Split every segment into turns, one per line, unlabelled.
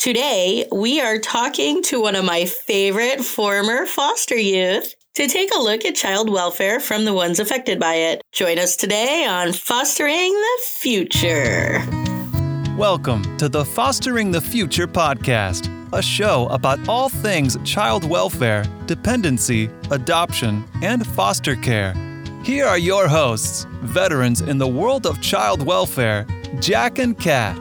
Today, we are talking to one of my favorite former foster youth to take a look at child welfare from the ones affected by it. Join us today on Fostering the Future.
Welcome to the Fostering the Future podcast, a show about all things child welfare, dependency, adoption, and foster care. Here are your hosts, veterans in the world of child welfare, Jack and Kat.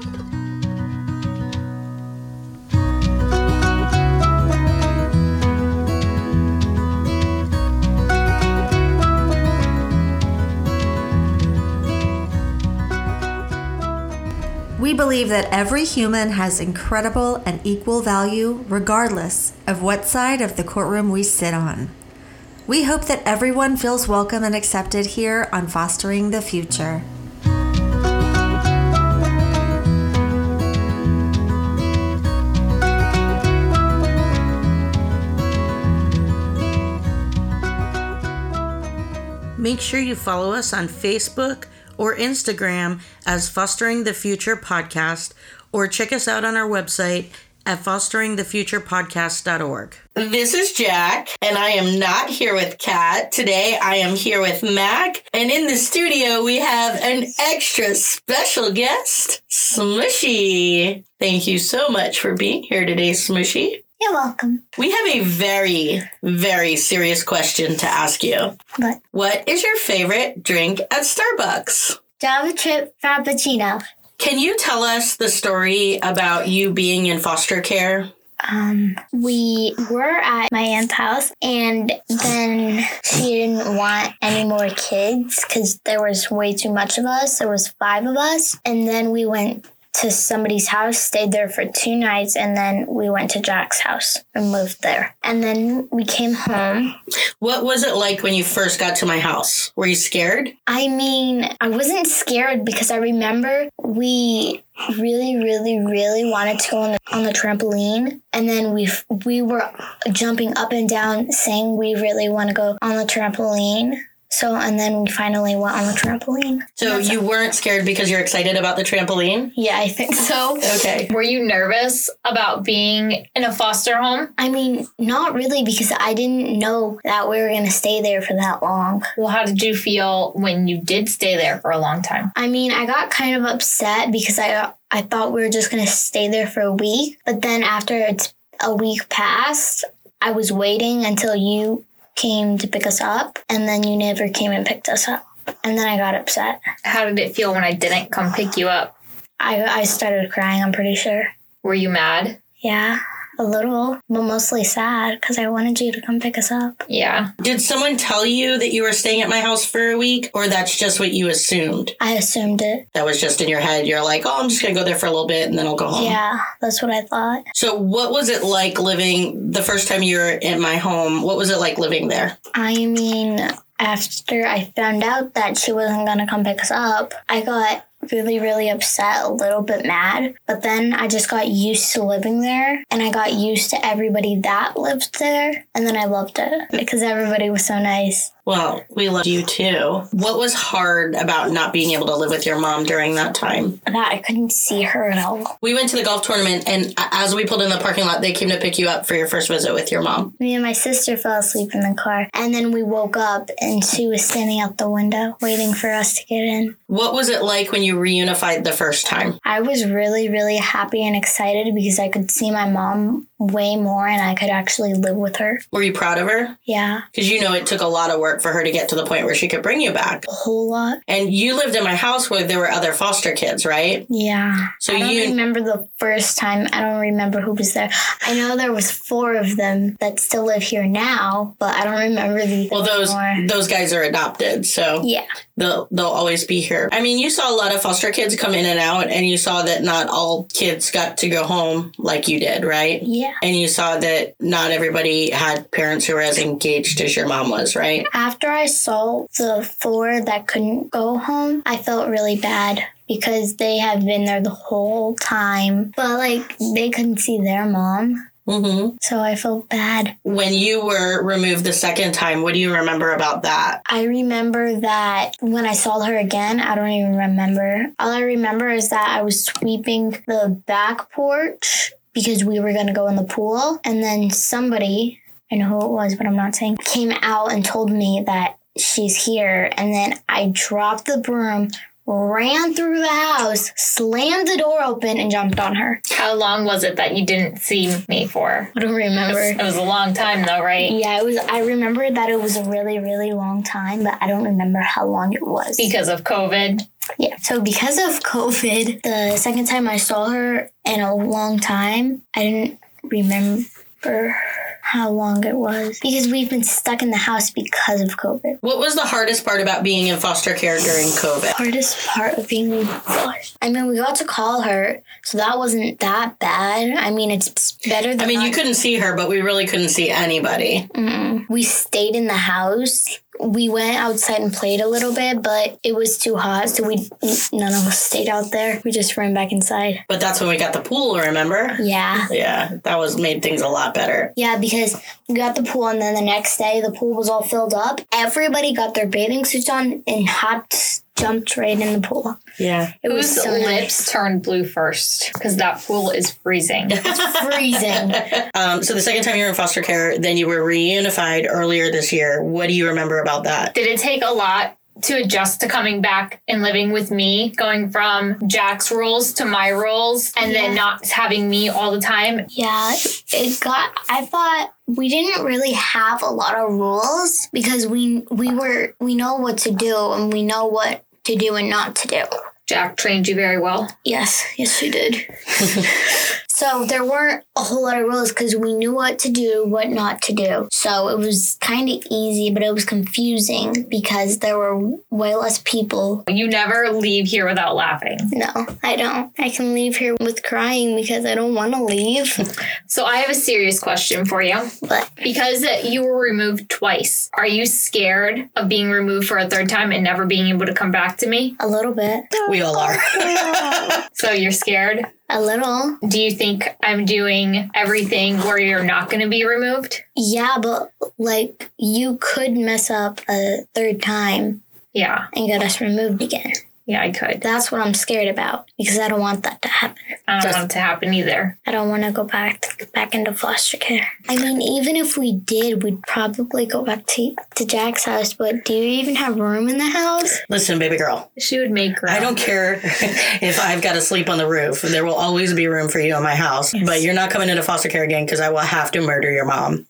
We believe that every human has incredible and equal value, regardless of what side of the courtroom we sit on. We hope that everyone feels welcome and accepted here on Fostering the Future.
Make sure you follow us on Facebook or Instagram as Fostering the Future Podcast, or check us out on our website at fosteringthefuturepodcast.org.
This is Jack, and I am not here with Kat. Today, I am here with Mac, and in the studio, we have an extra special guest, Smushy. Thank you so much for being here today, Smushy.
You're welcome.
We have a very, very serious question to ask you.
But
What is your favorite drink at Starbucks?
Java Trip Frappuccino.
Can you tell us the story about you being in foster care?
Um, we were at my aunt's house, and then she didn't want any more kids because there was way too much of us. There was five of us, and then we went to somebody's house, stayed there for two nights, and then we went to Jack's house and moved there. And then we came home.
What was it like when you first got to my house? Were you scared?
I mean, I wasn't scared because I remember we really, really, really wanted to go on the, on the trampoline, and then we f- we were jumping up and down, saying we really want to go on the trampoline. So, and then we finally went on the trampoline.
So you weren't scared because you're excited about the trampoline?
Yeah, I think so.
Okay.
Were you nervous about being in a foster home?
I mean, not really because I didn't know that we were going to stay there for that long.
Well, how did you feel when you did stay there for a long time?
I mean, I got kind of upset because I I thought we were just gonna stay there for a week, but then after it's a week passed, I was waiting until you came to pick us up, and then you never came and picked us up, and then I got upset.
How did it feel when I didn't come pick you up?
I I started crying. I'm pretty sure.
Were you mad?
Yeah, a little, but mostly sad because I wanted you to come pick us up.
Yeah.
Did someone tell you that you were staying at my house for a week or that's just what you assumed?
I assumed it.
That was just in your head. You're like, "Oh, I'm just going to go there for a little bit and then I'll go home."
Yeah, that's what I thought.
So what was it like living the first time you were in my home? What was it like living there?
I mean, after I found out that she wasn't going to come pick us up, I got really, really upset, a little bit mad. But then I just got used to living there and I got used to everybody that lived there. And then I loved it because everybody was so nice.
Well, we love you too. What was hard about not being able to live with your mom during that time?
That I couldn't see her at all.
We went to the golf tournament, and a- as we pulled in the parking lot, they came to pick you up for your first visit with your mom.
Me and my sister fell asleep in the car. And then we woke up and she was standing out the window waiting for us to get in.
What was it like when you reunified the first time?
I was really, really happy and excited because I could see my mom way more and I could actually live with her.
Were you proud of her?
Yeah,
Because you know it took a lot of work for her to get to the point where she could bring you back.
a whole lot.
And you lived in my house where there were other foster kids, right?
Yeah.
So
I don't
you
remember the first time. I don't remember who was there. I know there was four of them that still live here now, but I don't remember the
well those
anymore.
those guys are adopted, so
Yeah.
they'll they'll always be here. I mean, you saw a lot of foster kids come in and out, and you saw that not all kids got to go home like you did, right?
Yeah.
And you saw that not everybody had parents who were as engaged as your mom was, right?
After I saw the four that couldn't go home, I felt really bad because they have been there the whole time, but like they couldn't see their mom.
Mm-hmm.
So I felt bad.
When you were removed the second time, what do you remember about that?
I remember that when I saw her again, I don't even remember. All I remember is that I was sweeping the back porch because we were going to go in the pool. And then somebody, I know who it was, but I'm not saying, came out and told me that she's here. And then I dropped the broom, ran through the house, slammed the door open, and jumped on her.
How long was it that you didn't see me for?
I don't remember.
It was a long time though, right?
Yeah, it was. I remember that it was a really, really long time, but I don't remember how long it was.
Because of COVID.
Yeah. So because of COVID, the second time I saw her in a long time, I didn't remember how long it was because we've been stuck in the house because of COVID.
What was the hardest part about being in foster care during COVID?
Hardest part of being gosh. I mean, we got to call her, so that wasn't that bad. I mean, it's better than
I mean, you
not-
couldn't see her, but we really couldn't see anybody.
we stayed in the house. We went outside and played a little bit, but it was too hot, so we none of us stayed out there. We just ran back inside.
But that's when we got the pool, remember?
Yeah.
Yeah, that was made things a lot better.
Yeah, because we got the pool, and then the next day the pool was all filled up. Everybody got their bathing suits on and hopped, jumped right in the pool.
Yeah.
It was
Whose
so
lips turned blue first? Because that pool is freezing.
nice. freezing.
Um, so the second time you were in foster care, then you were reunified earlier this year. What do you remember about that?
Did it take a lot to adjust to coming back and living with me, going from Jack's rules to my rules, and then not having me all the time?
Yeah, it got. I thought we didn't really have a lot of rules because we we were we know what to do and we know what to do and not to do.
Jack trained you very well.
Yes, yes, we did. so there weren't a whole lot of rules because we knew what to do, what not to do. So it was kind of easy, but it was confusing because there were way less people.
You never leave here without laughing.
No, I don't. I can leave here with crying because I don't want to leave.
So I have a serious question for you.
But
Because you were removed twice, are you scared of being removed for a third time and never being able to come back to me?
a little bit,
We all are.
So you're scared?
a little.
Do you think I'm doing everything where you're not going to be removed?
Yeah, but like you could mess up a third time
Yeah,
and get us removed again.
yeah, I could.
That's what I'm scared about because I don't want that to happen.
I don't want it to happen either.
I don't want to go back back into foster care. I mean, even if we did, we'd probably go back to to Jack's house. But do you even have room in the house?
Listen, baby girl,
She would make her.
I don't care if I've got to sleep on the roof. There will always be room for you in my house, but you're not coming into foster care again because I will have to murder your mom.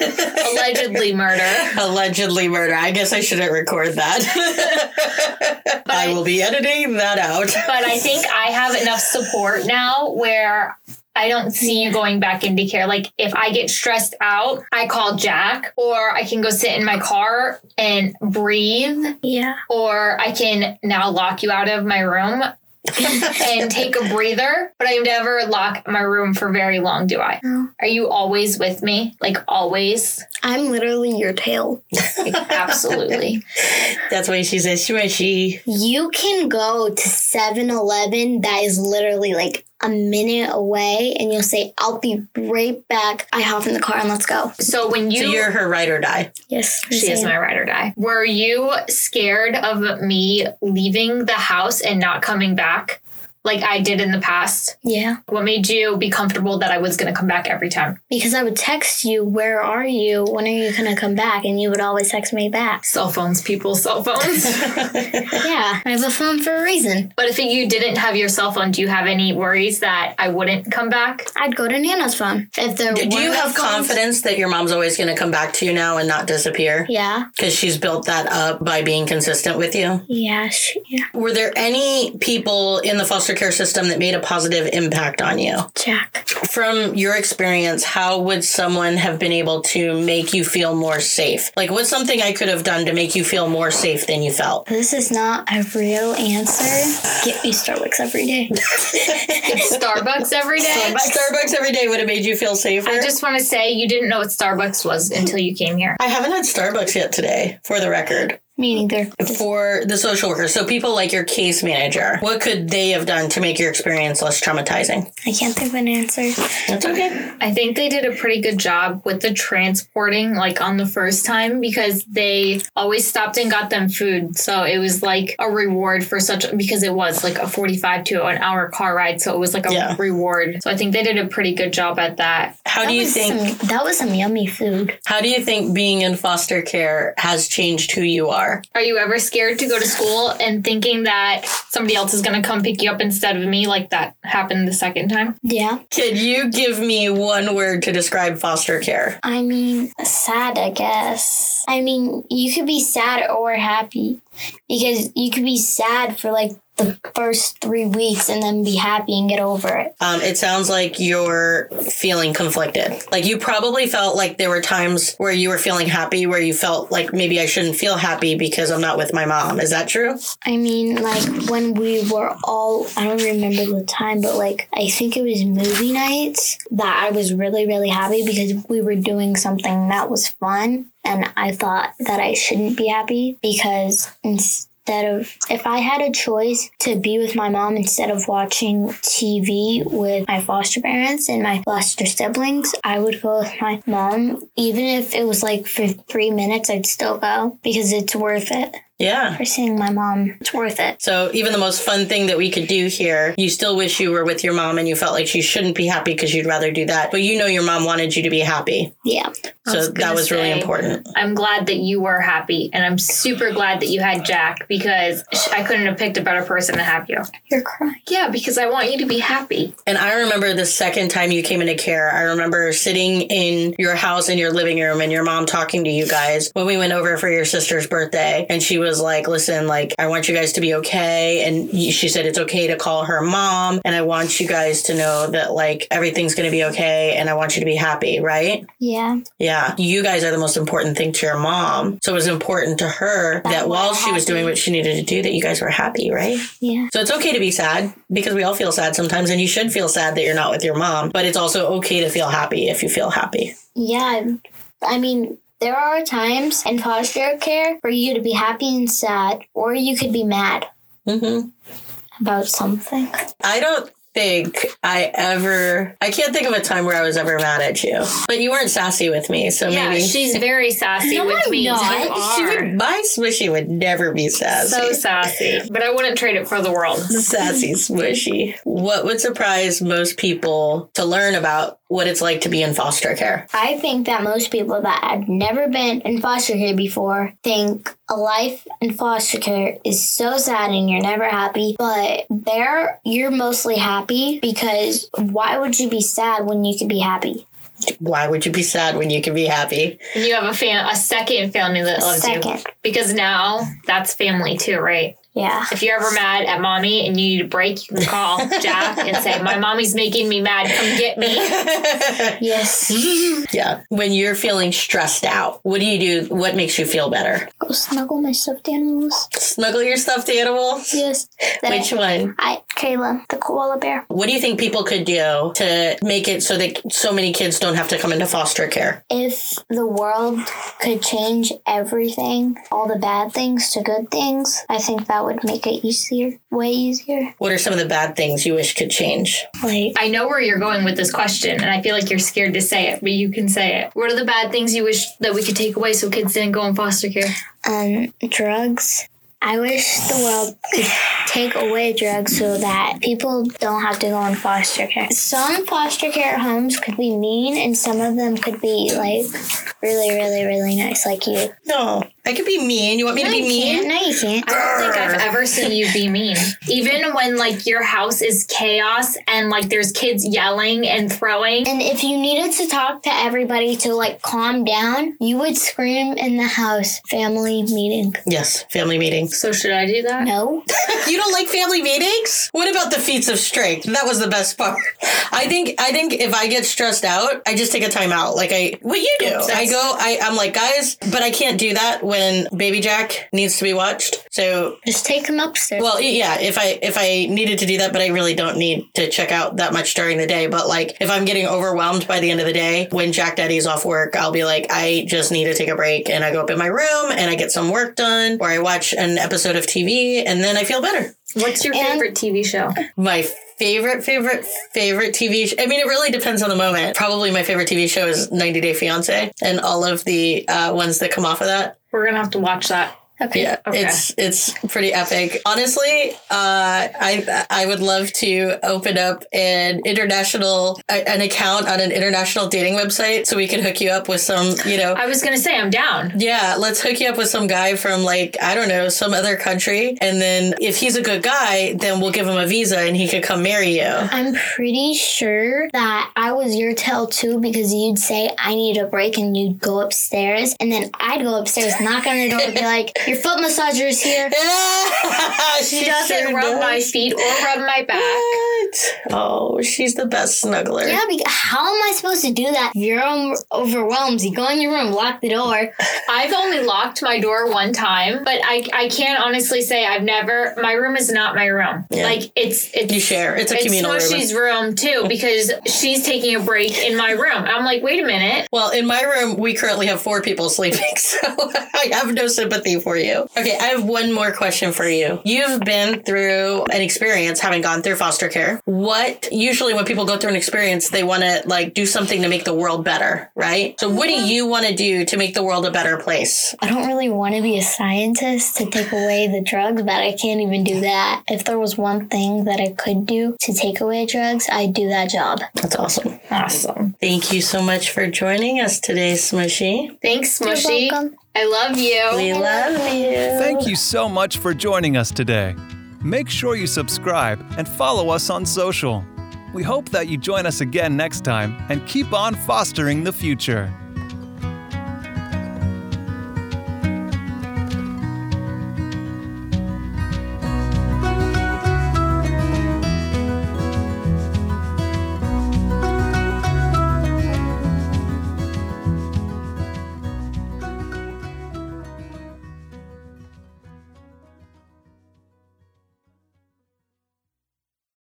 allegedly murder.
Allegedly murder. I guess I shouldn't record that. I will be editing that out.
But I think I have enough support now where I don't see you going back into care. Like if I get stressed out, I call Jack or I can go sit in my car and breathe
Yeah.
or I can now lock you out of my room. and take a breather, but I never lock my room for very long, do I?
No.
Are you always with me? Like always?
I'm literally your tail.
Absolutely.
That's why she says smushy.
You can go to 7 Eleven, that is literally like a minute away, and you'll say, I'll be right back. I hop in the car and let's go.
So when you
So you're her ride or die.
Yes.
She is my ride or die. Were you scared of me leaving the house and not coming back like I did in the past?
Yeah.
What made you be comfortable that I was going to come back every time?
Because I would text you, Where are you? When are you going to come back? And you would always text me back.
Cell phones, people, cell phones.
yeah. I have a phone for a reason.
but if you didn't have your cell phone, do you have any worries that I wouldn't come back?
I'd go to Nana's phone. If there
Do you
weren't
have
phones-
confidence that your mom's always going to come back to you now and not disappear?
Yeah.
Because she's built that up by being consistent with you.
Yeah. She, yeah.
Were there any people in the foster care system that made a positive impact on you?
Jack.
From your experience, how would someone have been able to make you feel more safe? Like, what's something I could have done to make you feel more safe than you felt?
This is not a real answer. Get me Starbucks every day.
Starbucks every day?
Starbucks every day would have made you feel safer.
I just want to say you didn't know what Starbucks was until you came here.
I haven't had Starbucks yet today, for the record.
Me neither.
for the social worker. So people like your case manager, what could they have done to make your experience less traumatizing?
I can't think of an answer.
That's okay.
I think they did a pretty good job with the transporting, like on the first time, because they always stopped and got them food. So it was like a reward for such, because it was like a 45 to an hour car ride. So it was like a
Yeah.
reward. So I think they did a pretty good job at that.
How
That
do you
was
think
some- that was some yummy food?
how do you think being in foster care has changed who you are?
Are you ever scared to go to school and thinking that somebody else is going to come pick you up instead of me, like that happened the second time?
Yeah.
Could you give me one word to describe foster care?
I mean, sad, I guess. I mean, you could be sad or happy because you could be sad for like the first three weeks and then be happy and get over it.
Um, it sounds like you're feeling conflicted. Like you probably felt like there were times where you were feeling happy, where you felt like maybe I shouldn't feel happy because I'm not with my mom. Is that true?
I mean, like when we were all, I don't remember the time, but like I think it was movie nights that I was really, really happy because we were doing something that was fun. And I thought that I shouldn't be happy because instead of, if I had a choice to be with my mom instead of watching TV with my foster parents and my foster siblings, I would go with my mom. Even if it was like for three minutes, I'd still go because it's worth it
Yeah.
for seeing my mom. It's worth it.
So even the most fun thing that we could do here, you still wish you were with your mom and you felt like she shouldn't be happy because you'd rather do that. But you know your mom wanted you to be happy.
Yeah.
So
was
that
gonna
was really
say-
important.
I'm glad that you were happy, and I'm super glad that you had Jack because sh- I couldn't have picked a better person to have you.
You're crying.
Yeah, because I want you to be happy.
And I remember the second time you came into care, I remember sitting in your house in your living room and your mom talking to you guys when we went over for your sister's birthday. And she was like, listen, like, I want you guys to be okay. And y- she said, it's okay to call her mom. And I want you guys to know that, like, everything's going to be okay. And I want you to be happy, right?
Yeah.
Yeah, you guys are the most important thing to your mom. So it was important to her that,
we're
while she was
happy.
doing what she needed to do, that you guys were happy, right?
Yeah.
So it's okay to be sad because we all feel sad sometimes, and you should feel sad that you're not with your mom. But it's also okay to feel happy if you feel happy.
Yeah. I mean, there are times in foster care for you to be happy and sad, or you could be mad
hmm
about something.
I don't think I ever. I can't think of a time where I was ever mad at you, but you weren't sassy with me, so
Yeah,
maybe.
she's very sassy
No,
with
I'm
me.
not.
You
She
are.
would- my smushy would never be sassy.
so sassy, but I wouldn't trade it for the world.
Sassy smushy. What would surprise most people to learn about what it's like to be in foster care?
I think that most people that have never been in foster care before think a life in foster care is so sad and you're never happy. But there, you're mostly happy because why would you be sad when you could be happy?
Why would you be sad when you can be happy?
And you have a fan, a second family that loves you
Second.
because now that's family too, right?
Yeah.
If you're ever mad at mommy and you need a break, you can call Jack and say, "My mommy's making me mad. Come get me."
Yes.
Yeah. When you're feeling stressed out, what do you do? What makes you feel better?
Go snuggle my stuffed animals.
Snuggle your stuffed animal?
Yes. That
Which one?
I, Kayla, the koala bear.
What do you think people could do to make it so that so many kids don't have to come into foster care?
If the world could change everything, all the bad things to good things, I think that would make it easier, way easier.
What are some of the bad things you wish could change?
Like,
I know where you're going with this question, and I feel like you're scared to say it, but you can say it. What are the bad things you wish that we could take away so kids didn't go in foster care?
um, drugs. I wish the world could take away drugs so that people don't have to go in foster care. Some foster care homes could be mean, and some of them could be like really, really, really nice, like you.
No. I could be mean. You want me to be mean?
No, you can't.
I don't think I've ever seen you be mean. Even when like your house is chaos and like there's kids yelling and throwing.
And if you needed to talk to everybody to like calm down, you would scream in the house family meeting.
Yes, family meeting.
So should I do that?
No?
You don't like family meetings? What about the feats of strength? That was the best part. I think I think if I get stressed out, I just take a time out. Like I what you do. I go I, I'm like, guys, but I can't do that when baby Jack needs to be watched. So
Just take them upstairs.
well, y- yeah, if I if I needed to do that, but I really don't need to check out that much during the day. But like if I'm getting overwhelmed by the end of the day, when Jack Daddy's off work, I'll be like, I just need to take a break and I go up in my room and I get some work done or I watch an episode of TV and then I feel better.
What's your favorite TV show?
My favorite, favorite, favorite TV. Sh- I mean, it really depends on the moment. Probably my favorite TV show is 90 Day Fiance and all of the uh, ones that come off of that.
We're gonna have to watch that.
okay.
Yeah,
Okay.
it's it's pretty epic. Honestly, uh, I I would love to open up an international a- an account on an international dating website so we can hook you up with some you know.
I was gonna say I'm down.
Yeah, let's hook you up with some guy from like I don't know some other country, and then if he's a good guy, then we'll give him a visa and he could come marry you.
I'm pretty sure that I was your tell too because you'd say, I need a break, and you'd go upstairs. And then I'd go upstairs, knock on your door, and be like, Your foot massager's here.
she,
Doesn't
sure
rub
does.
my feet or rub my back.
What? Oh, she's the best snuggler.
Yeah, because how am I supposed to do that? If you're um, overwhelmed, you go in your room, lock the door.
I've only locked my door one time, but I I can't honestly say I've never. My room is not my room. Like it's it's
You share. It's a
It's
communal room.
Smushy's room too because she's taking a break in my room. I'm like, wait a minute.
Well, in my room, we currently have four people sleeping, so I have no sympathy for you. Okay, I have one more question for you. You've been through an experience having gone through foster care. What usually when people go through an experience, they want to like do something to make the world better, right? So what do you want to do to make the world a better place?
I don't really want to be a scientist to take away the drugs, but I can't even do that. If there was one thing that I could do to take away drugs, I'd do that job.
That's awesome.
Awesome.
Thank you so much for joining us today, Smushy.
Thanks, Smushy.
welcome.
I love you.
We love you.
Thank you so much for joining us today. Make sure you subscribe and follow us on social. We hope that you join us again next time and keep on fostering the future.